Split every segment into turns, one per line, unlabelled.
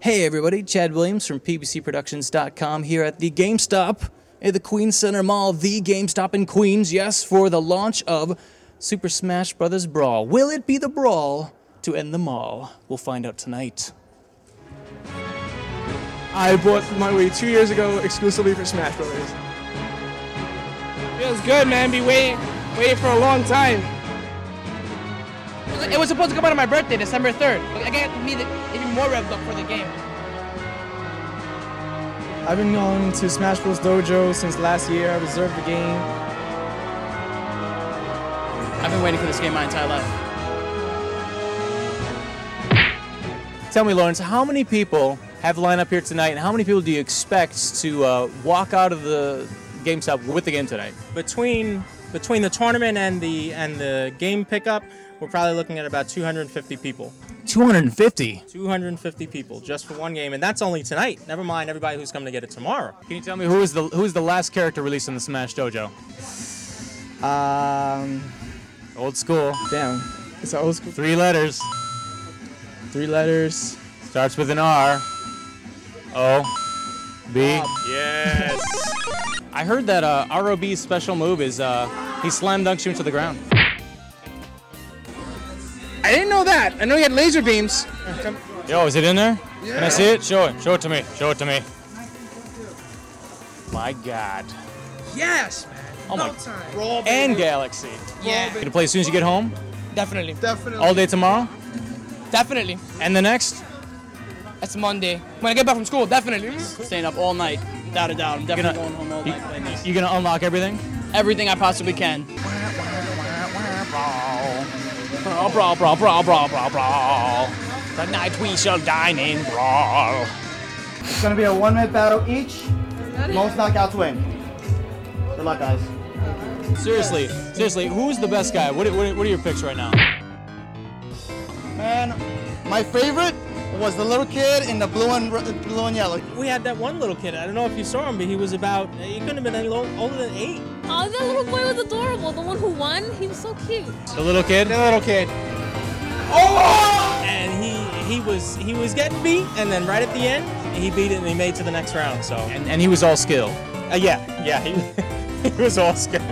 Hey everybody, Chad Williams from PBCProductions.com here at the GameStop at the Queens Center Mall, the GameStop in Queens, yes, for the launch of Super Smash Bros. Brawl. Will it be the brawl to end them all? We'll find out tonight.
I bought my Wii two years ago exclusively for Smash Brothers. Feels good, man. Be waiting, waiting for a long time.
It was supposed to come out on my birthday, December 3rd. I got me the, even more revved up for the game.
I've been going to Smash Bros Dojo since last year. I reserved the game.
I've been waiting for this game my entire life.
Tell me, Lawrence, how many people have lined up here tonight, and how many people do you expect to uh, walk out of the GameStop with the game tonight?
between between the tournament and the and the game pickup, we're probably looking at about 250 people.
250.
250 people just for one game, and that's only tonight. Never mind everybody who's coming to get it tomorrow.
Can you tell me who is the who is the last character released in the Smash Dojo?
Um,
Old school.
damn, it's an old school.
Three letters.
Three letters.
Starts with an R. O. B. Yes. I heard that uh, ROB's special move is uh, he slam dunks you into the ground.
I didn't know that. I know he had laser beams.
Yo, is it in there? Can I see it? Show it. Show it to me. Show it to me. My God.
Yes, man.
Oh my.
time.
And Galaxy.
Yeah.
You gonna play as soon as you get home?
Definitely.
Definitely.
All day tomorrow?
Definitely.
And the next?
That's Monday. When I get back from school, definitely. Staying up all night, without a doubt. I'm definitely
Gonna-
going home all
You,
night playing this.
you gonna unlock everything?
Everything I possibly can. Brawl, brawl, brawl, brawl, brawl, brawl, brawl. Tonight we shall dine in brawl.
It's gonna be a one minute battle each. Most knockouts win. Good luck, guys.
Seriously, seriously, who's the best guy? What, what, what are your picks right now?
Man, my favorite was the little kid in the blue and r- blue and yellow.
We had that one little kid. I don't know if you saw him, but he was about he couldn't have been any lo- older than eight.
Oh, that little boy was adorable. The one who won, he was so cute.
The little kid?
The little kid.
and he he was he was getting beat, and then right at the end he beat it and he made it to the next round. So
And, and he was all skill.
uh, yeah, yeah, he, he was all skill.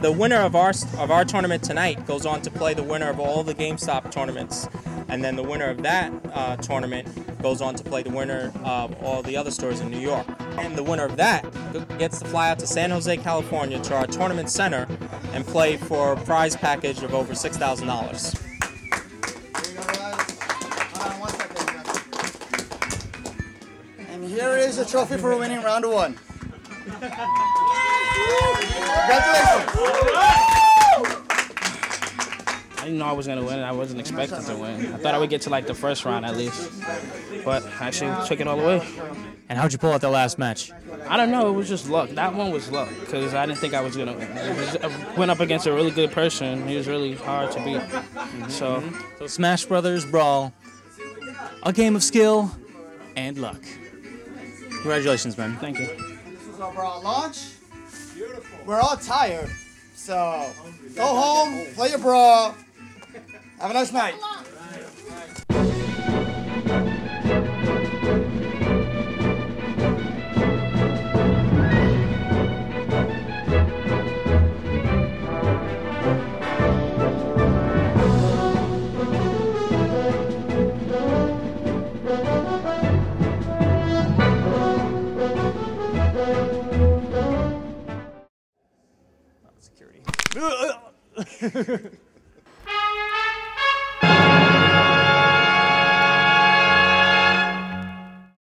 The winner of our of our tournament tonight goes on to play the winner of all the GameStop tournaments, and then the winner of that uh, tournament goes on to play the winner of all the other stores in New York. And the winner of that gets to fly out to San Jose, California, to our tournament center, and play for a prize package of over six thousand dollars.
And here is the trophy for winning round one. Congratulations.
I didn't know I was gonna win, and I wasn't expecting to win. I thought I would get to like the first round at least, but I actually took it all the way.
And how'd you pull out that last match?
I don't know, it was just luck. That one was luck, cause I didn't think I was gonna win. It was- I went up against a really good person. He was really hard to beat. So
So Smash Brothers Brawl, a game of skill and luck. Congratulations, man.
thank you.
This is our all launch. We're all tired, so go home, play your brawl. Have a nice night.